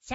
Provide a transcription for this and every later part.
シ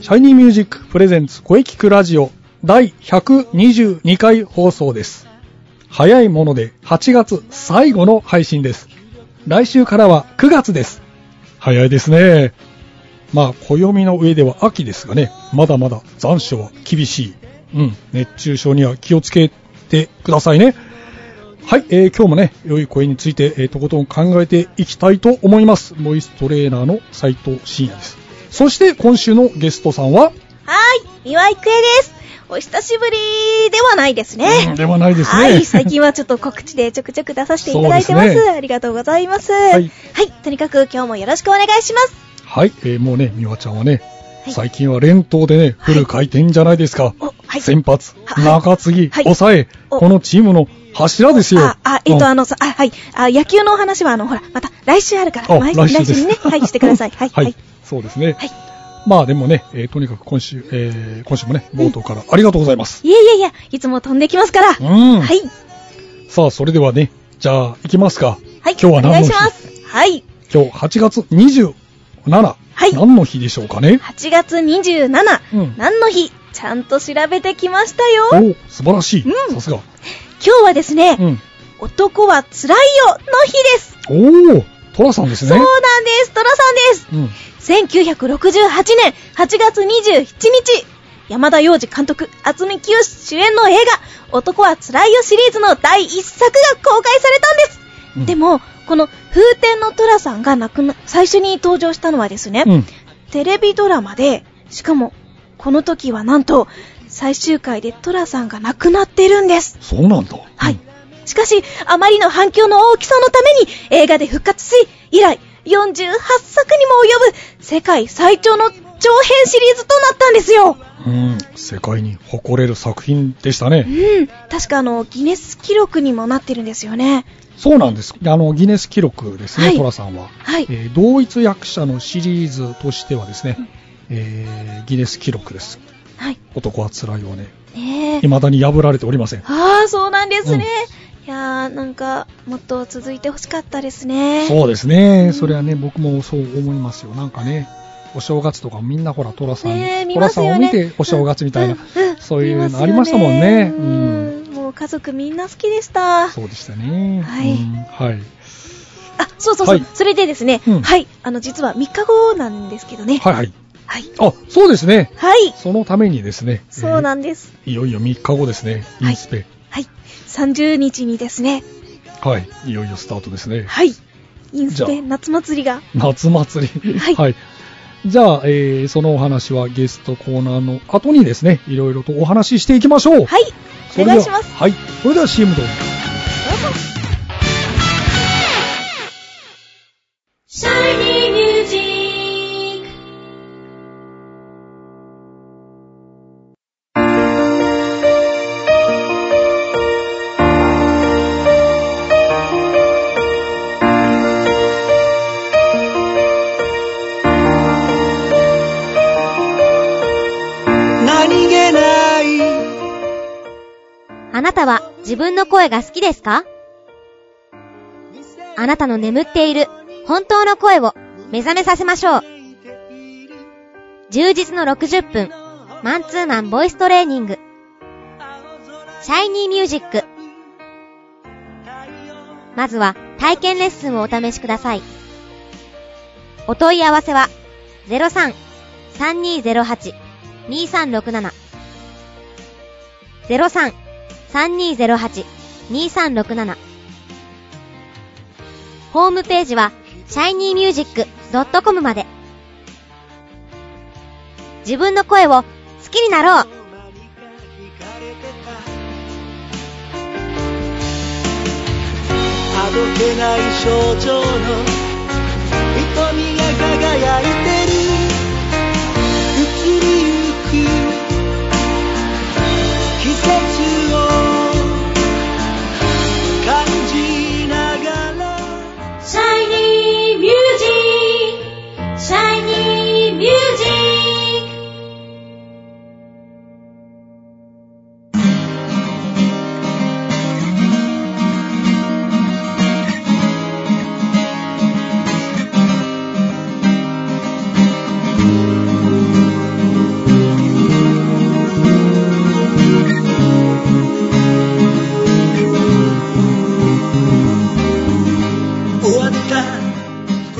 シャイニーミュージックプレゼンツ声聞くラジオ第122回放送です。早いもので8月最後の配信です。来週からは9月です。早いですね。まあ、暦の上では秋ですがね、まだまだ残暑は厳しい。うん、熱中症には気をつけてくださいね。はい、えー今日もね、良い声について、えーとことん考えていきたいと思います。ボイストレーナーの斉藤慎也です。そして今週のゲストさんは、はい、岩井くえです。お久しぶりではないですね。うんではないですね。はい、最近はちょっと告知でちょくちょく出させていただいてまそうす。ですねありがとうございます、ははいい。とにかく今日もよろしくお願いします。はい、えーもうね、美和ちゃんはね、はい最近は連投でね、フル回転じゃないですか。お、はい。先発、はい中継ぎ、はい抑え、おこのチームの柱ですよ。あ、あ、えっと、うんあの、さ、あ、はい。あ、野球のお話は、あの、ほら、また来週あるから、あ毎来週で来す週に ね、はい、してください。はい、は、はいい。そうですね。はいまあでもね、えーとにかく今週、えー今週もね、冒頭からありがとうございます。いやいやいや、いつも飛んできますから。うん。はい。さあ、それではね、じゃあ、行きますか。はい。今日はお願何いのし日ます。はい。今日8月27、はい何の日でしょうかね。 8月27、うん何の日ちゃんと調べてきましたおよ。お素晴らしい。うんさすが。今日はですね、うん。男は辛いよの日です。おおトラさんですそうね。なんです、トラさんうん。です。1968年8月27日、山田洋次監督、渥美清主演の映画、男は辛いよシリーズの第一作が公開されたんです。うんでも、この風天のトラさんが亡くな、最初に登場したのはですね、うん。テレビドラマで、しかも、この時はなんと、最終回でトラさんが亡くなってるんです。そうなんだ。はい。しかし、あまりの反響の大きさのために映画で復活し、以来48作にも及ぶ世界最長の長編シリーズとなったんですよ。うん。世界に誇れる作品でしたうね。ん。確かあの、ギネス記録にもなってるんですよね。そうなんです。あの、ギネス記録ですね、はいトラさんは。はいえー同一役者のシリーズとしてはですね、えーギネス記録です。はい。男は辛いをね、ねえ。未だに破られておりません。ああ、そうなんですね。いやー、なんか、もっと続いてほしかったですね。そうですね。それはね、僕もそう思いますよ。なんかね、お正月とかみんなほら、トラさん、ねえ見トラまさすんをよね見てお正月みたいな、うんうんそういうのあり見まましすたよもんね。ううんん。もう家族みんな好きでした。そうでしたね。はいうんはい。あ、そうそうそう。はいそれでですね、うんはい。あの、実は3日後なんですけどね。はいはい。はい。あ、そうですね。はい。そのためにですね。そうなんんです。いよいよ3日後ですね。イはいンスペ。はい。30日にですね、はい。いよいよスタートですね。はい。インスじゃあペ夏祭りが。夏祭り。はいじゃあ、えーそのお話はゲストコーナーの後にですね、いろいろとお話ししていきましょう。はい。そおれでは願いします。はい。それでは CM どうぞ。シャイニーミュージック何気ないあなたは自分の声が好きですかあなたの眠っている本当の声を目覚めさせましょう。充実の60分、マンツーマンボイストレーニング。シャイニーミュージック。まずは体験レッスンをお試しください。お問い合わせは03-3208-2367 03-3208-2367 3208-2367ホームページは shinymusic.com まで自分の声を好きになろう「けない象徴の瞳が輝いてる移りゆく季節を感じながら Shiny music, shiny music. 終わった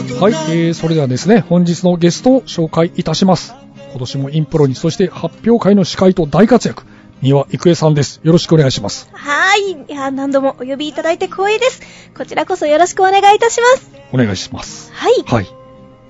ことはい、えー、それではですね、本日のゲストを紹介いたします。今年もインプロに、そして発表会の司会と大活躍、三輪郁恵さんです。よろしくお願いします。はーい。いやー、何度もお呼びいただいて光栄です。こちらこそよろしくお願いいたします。お願いします。はい。はい。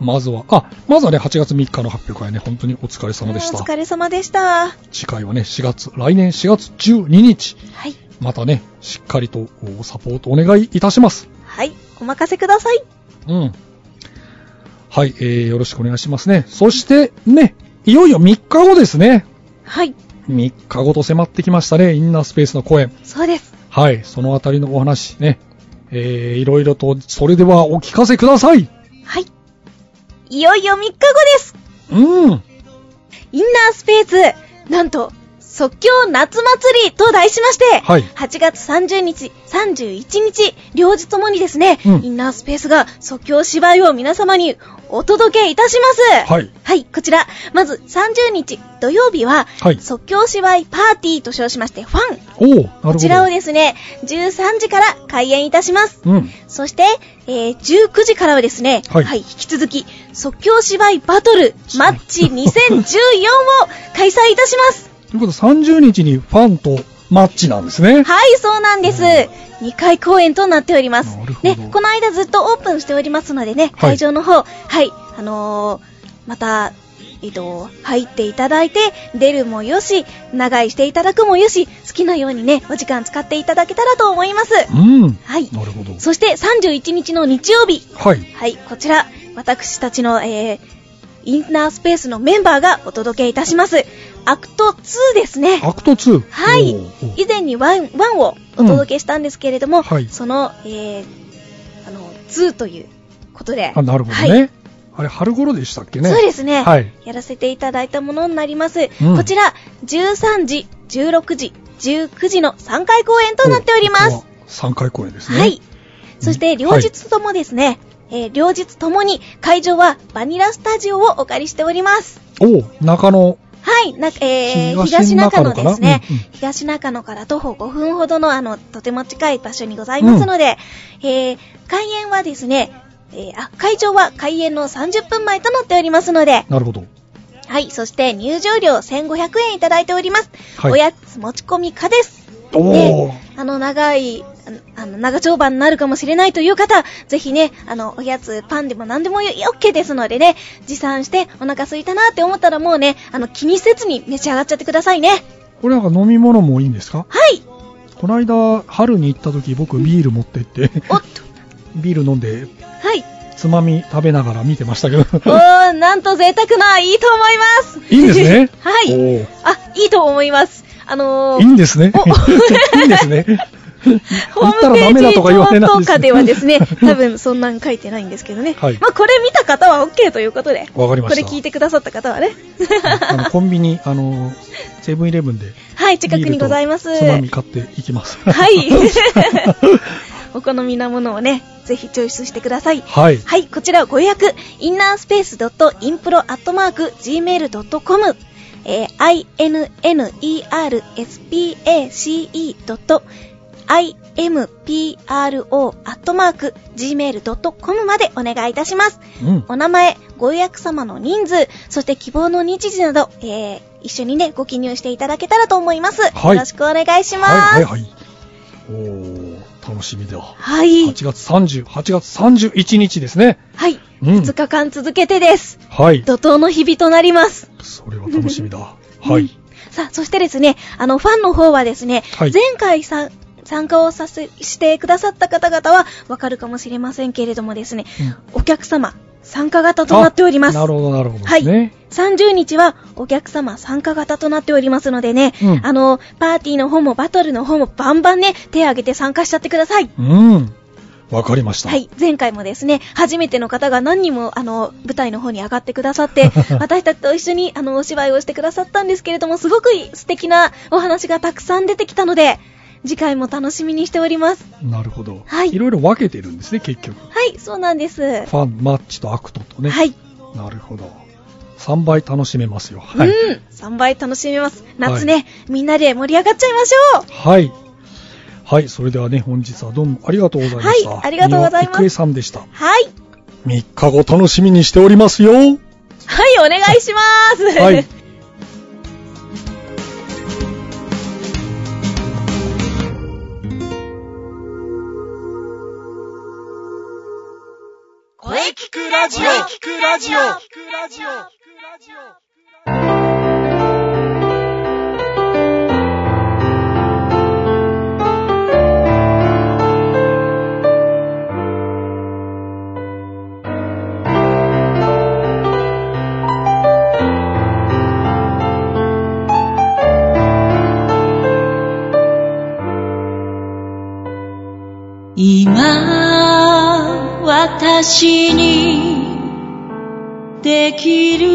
まずは、あ、まずはね、8月3日の発表会ね、本当にお疲れ様でしおた。疲れ様でした。は次回はね、4月、来年4月12日、い。またね、しっかりとおサポートお願いいたします。はい。お任せください。うん。はい、えー、よろしくお願いしますね。そして、ね、いよいよ3日後ですね。はい。 3日後と迫ってきましたね、インナースペースの公演。そうです。はい、そのあたりのお話ね、えー、いろいろと、それではお聞かせください。はい。いよいよ3日後です。うん。インナースペース、なんと、即興夏祭りと題しまして、はい8月30日、31日、両日ともにですね、うんインナースペースが即興芝居を皆様にお届けいたします。はい。はい、こちら、まず30日土曜日は、はい即興芝居パーティーと称しまして、ファン。おおなるほど。こちらをですね、13時から開演いたします。うん。そして、えー19時からはですね、ははいい、引き続き、即興芝居バトルマッチ2014を開催いたし ます。ということで、30日にファンとマッチなんですね。はい、そうなんです。2回公演となっておりますなる。ほどね、この間ずっとオープンしておりますのでね、はい会場の方、はい、あのーまた、えっと、入っていただいて、出るもよし、長居していただくもよし、好きなようにね、お時間使っていただけたらと思います。うん。はい。なるほど。そして31日の日曜日、はい。はい、こちら、私たちの、えー、インナースペースのメンバーがお届けいたします。アクト2ですね。アクト2。はいおーお。ー以前に 1, 1をお届けしたんですけれども、うんはいその、えー、あの、2ということで。あ、なるほどね。はいあれ、春頃でしたっけね。そうですね、はいやらせていただいたものになります。うんこちら、13時、16時、19時の3回公演となっております。。 3回公演ですね。はい。そして、両日ともですね、えー両日ともに会場はバニラスタジオをお借りしております。おお中野。はい、なえー東東中中野野かなですね、うんうん東中野から徒歩5分ほどの、あの、とても近い場所にございますので、えー開演はですね、えーあ、会場は開演の30分前となっておりますので、なるほど。はい、そして入場料1500円いただいております。はいおやつ持ち込み可です。おおね、あの、長い、ああの、長丁場になるかもしれないという方、ぜひね、あの、おやつ、パンでも何でもよ、OK ですのでね、持参してお腹空いたなって思ったらもうね、あの、気にせずに召し上がっちゃってくださいね。これなんか飲み物もいいんですかはいこの間、春に行った時、僕ビール持ってって、おっと、 ビール飲んで、 はい。つまみ食べながら見てましたけど。おー、なんと贅沢な、いいと思います いいんですね はいおーあ、いいと思います。あのいいー、んですね。いいんで すね。ホ行っーたらムダペメだとか言わーれジない上でとすかではですね、 多分そんなん書いてないんですけどね。はいまあ、これ見た方は OK ということで。わかりまこしれた。聞いてくださった方はね。あの、コンビニ、あの、セブンイレブンで、はい、近くにございます。ビールとつまみ買っていきます。はい。 お好みなものをね、ぜひチョイスしてください。はい。はい、こちらご予約、インナースペース .impro.gmail.com、えー、innerspace.impro.gmail.com までお願いいたします。うん。お名前、ご予約様の人数、そして希望の日時など、えー、一緒にね、ご記入していただけたらと思います。はいよろしくお願いします。はい、はい、はい。おー、楽しみだ。はい。 8月30、8月31日ですね。はい。うん2日間続けてです。はい。怒涛の日々となります。それは楽しみだ。はい。さあ、そしてですね、あの、ファンの方はですね、はい前回さん、参加をさせ、してくださった方々はわかるかもしれませんけれどもですね、お客様、参加型となっております。あなるほど、なるほど。はいね。 30日はお客様参加型となっておりますのでね、うんあの、パーティーの方もバトルの方もバンバンね、手挙げて参加しちゃってください。うん。わかりました。はい、前回もですね、初めての方が何人も、あの、舞台の方に上がってくださ って、私たちと一緒に、あの、お芝居をしてくださったんですけれども、すごく素敵なお話がたくさん出てきたので、次回も楽しみにしております。なるほど。はいいろいろ分けてるんですね、結局。はい、そうなんです。ファン、マッチとアクトとね。はい。なるほど。3倍楽しめますよ。はい。うん、3倍楽しめます。夏ね、みんなで盛り上がっちゃいましょうはい。はい、それではね、本日はどうもありがとうございました。はいありがとうございます三輪郁恵さんでした。はい3日後楽しみにしておりま すよ。ははい、お願いします。い。声聞くラジオ聞くラジオ今私にできる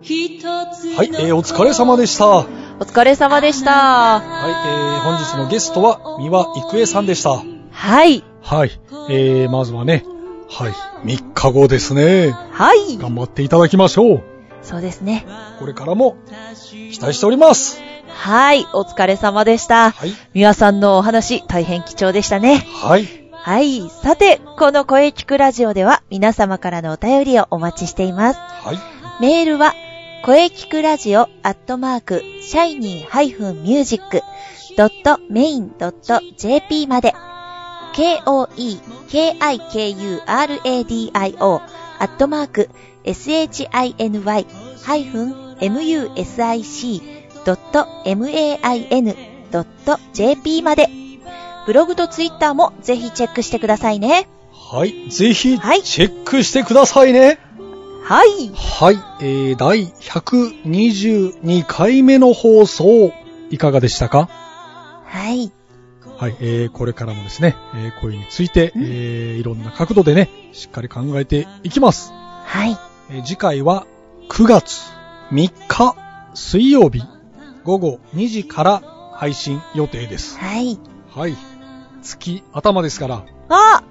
一つのはい、えーお疲れ様でした。はい、お疲れ様でした。えー本日のゲストは三輪郁恵さんでした。はい。はい、えー、まずはね、はい、3日後ですね。はい。頑張っていただきましょう。そうですね。これからも期待しております。はい。お疲れ様でした。はい。ミワさんのお話、大変貴重でしたね。はい。はい。さて、この声聞くラジオでは、皆様からのお便りをお待ちしています。はい。メールは、声聞くラジオアットマーク、シャイニー -music.main.jp まで、k-o-e-k-i-k-u-r-a-d-i-o アットマーク、shiny-music.main.jp まで、ブログとツイッターもぜひチェックしてくださいね。はい。ぜひ、チはいェックしてくださいね。はい。はい。えー、第122回目の放送、いかがでしたかはい。はい。えー、これからもですね、えー、声について、えー、いろんな角度でね、しっかり考えていきます。はい。えー次回は9月3日水曜日午後2時から配信予定です。はい。はい。月頭ですから、あ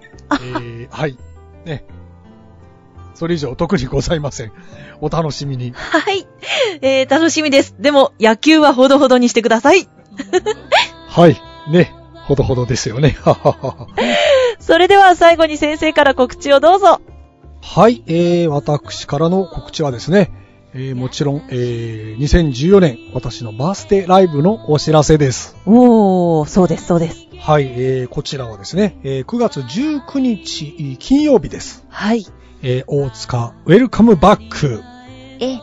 えー、はい。ね。それ以上特にございません。お楽しみに。はい。えー、楽しみです。でも、野球はほどほどにしてください。はい。ね。ほどほどですよね。ははははそれでは最後に先生から告知をどうぞ。はい、えー、私からの告知はですね、えー、もちろん、えー、2014年私のバースデーライブのお知らせです。おー、そうです、そうです。はい、えー、こちらはですね、えー、9月19日えー金曜日です。はい。えー、大塚ウェルカムバック。え、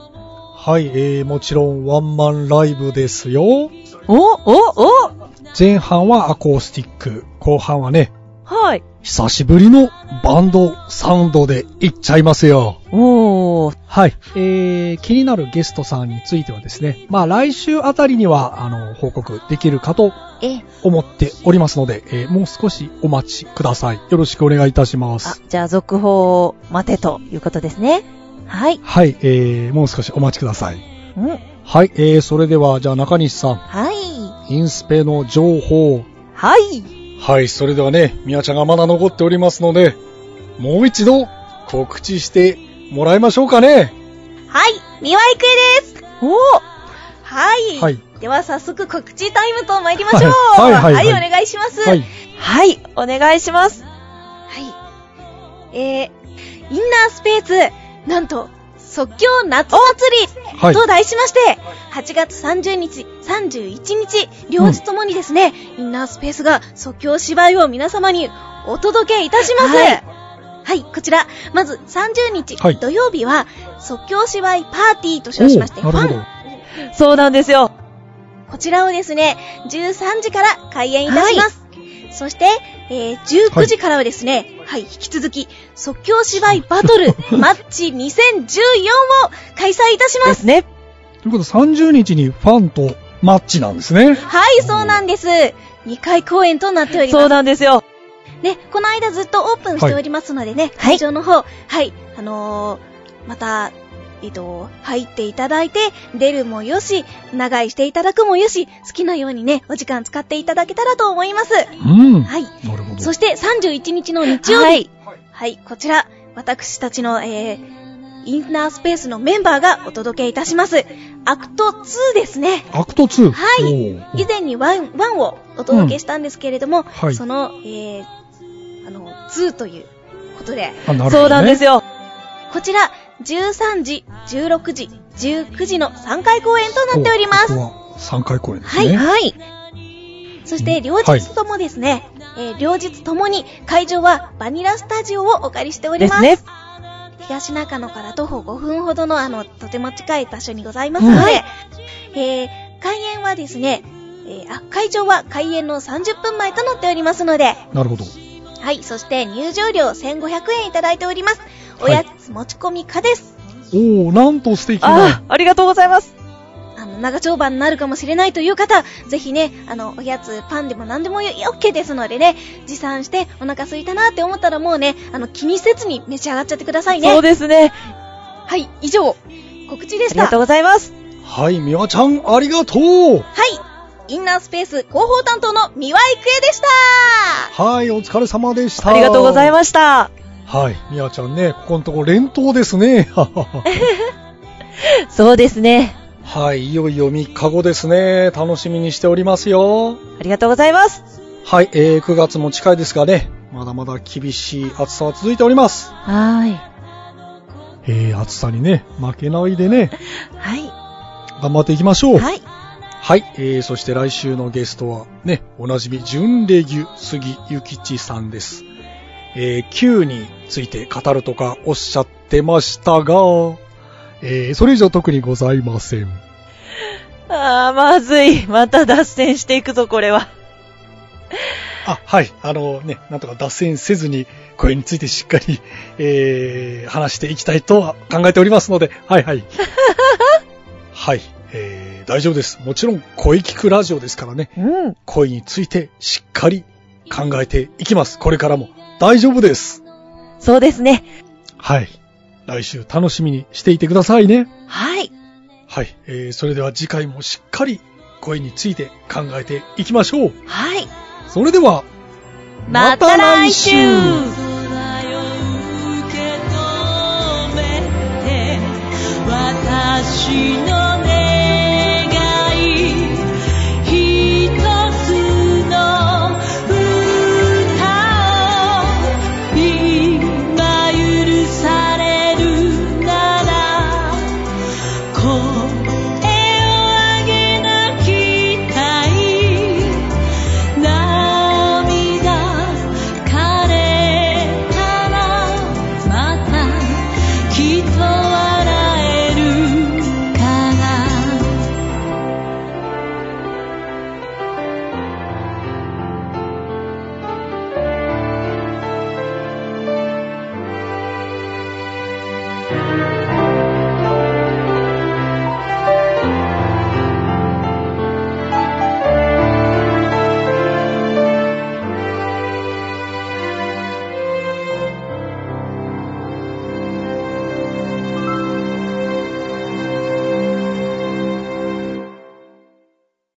はい、えー、もちろんワンマンライブですよ。お、お、お前半はアコースティック、後半はね、はい。久しぶりのバンドサウンドでいっちゃいますよ。おー、はい。えー、気になるゲストさんについてはですね、まあ来週あたりには、あの、報告できるかとえ、思っておりますので、えーもう少しお待ちください。よろしくお願いいたしまあす。、じゃあ続報を待てということですね。はい。はい、えー、もう少しお待ちください。うん。はい、えー、それでは、じゃあ中西さはい。ん、インスペの情報。はい。はい、それではね、みやちゃんがまだ残っておりますので、もう一度告知してもらいましょうかね。はい、三輪郁恵です。おー、はい。はいでは早速告知タイムと参りましょう。はいはいはいはいお願いします。はい。はい。お願いします。はいえー、インナースペース、なんと、即興夏祭り、はいと題しまして、8月30日、31日、両日ともにですね、インナースペースが即興芝居を皆様にお届けいたします。ははいいこちら、まず30日、はい土曜日は、即興芝居パーティーと称しまして、おフーなるァほンど。そうなんですよ。こちらをですね、13時から開演いたします。そして、えー19時からはですね、はい、引き続き、即興芝居バト ルマッチ2014を開催いたしでますす。ね。ということで30日にファンとマッチなんですね。はい、そうなんです。2回公演となっておりますそう。なんですよ。ね、この間ずっとオープンしておりますのでね、会場の方、はい、あのー、また、えっと、入っていただいて、出るもよし、長居していただくもよし、好きなようにね、お時間使っていただけたらと思います。うん。はい。なるほどそ。して31日の日曜日、はい、こちら、私たちの、えー、インナースペースのメンバーがお届けいたします。アクト2ですね。アクト2。はいおー以前にワンワンをお届けしたんですけれども、はいその、えー、あの、2ということで、あなるほど、ね。そうなんですよ。こちら、13時、16時、19時の3回公演となっております。お。ここは3回公演ですはね。い、はい。そして、両日ともですね、えー両日ともに会場はバニラスタジオをお借りしておりでますす。ね。東中野から徒歩5分ほどの、あの、とても近い場所にございますので、えー、開演はですね、えー、あ、会場は開演の30分前となっておりますので、なるほど。はい、そして入場料1500円いただいております。おはいやつ持ち込み可です。おおなんと素敵あな。あ、ありがとうございます。あの、長丁場になるかもしれないという方、ぜひね、あの、おやつ、パンでも何でも OK ですのでね、持参してお腹空いたなって思ったらもうね、あの、気にせずに召し上がっちゃってくださいそうね。ですね。はい、以上、告知であしりがた。とうございます。はい、みわちゃん、ありがとう。はい、インナースペース広報担当の三輪郁恵でしたはい、お疲れ様でした。ありがとうございました。す。はい、みわちゃんね、ここのとこ連投で すね。はははそうですね。はい、いよいよ3日後ですね。楽しみにしておりますよ。ありがとうございます。はい、えー、9月も近いですがね、まだまだ厳しい暑さは続いております。はえー、暑さにね、負けないでね、ーい。は頑張っていきましょう。い。はい、はい。えー、そして来週のゲストはね、おなじみ、純礼牛杉ゆきちさんです。えー、Q について語るとかおっしゃってましたが、えー、それ以上特にございません。ああ、まずい。また脱線していくぞ、これは。あ、はい。あのね、なんとか脱線せずに、これについてしっかり、えー、話していきたいとは考えておりますので、はいはい。はい。えー、大丈夫です。もちろん、声聞くラジオですからね、うん。声についてしっかり考えていきます。これからも。大丈夫です。そうですね。はい。来週楽しみにしていてくださいね。はい。はい。えー、それでは次回もしっかり声について考えていきましょう。はい。それでは、また来週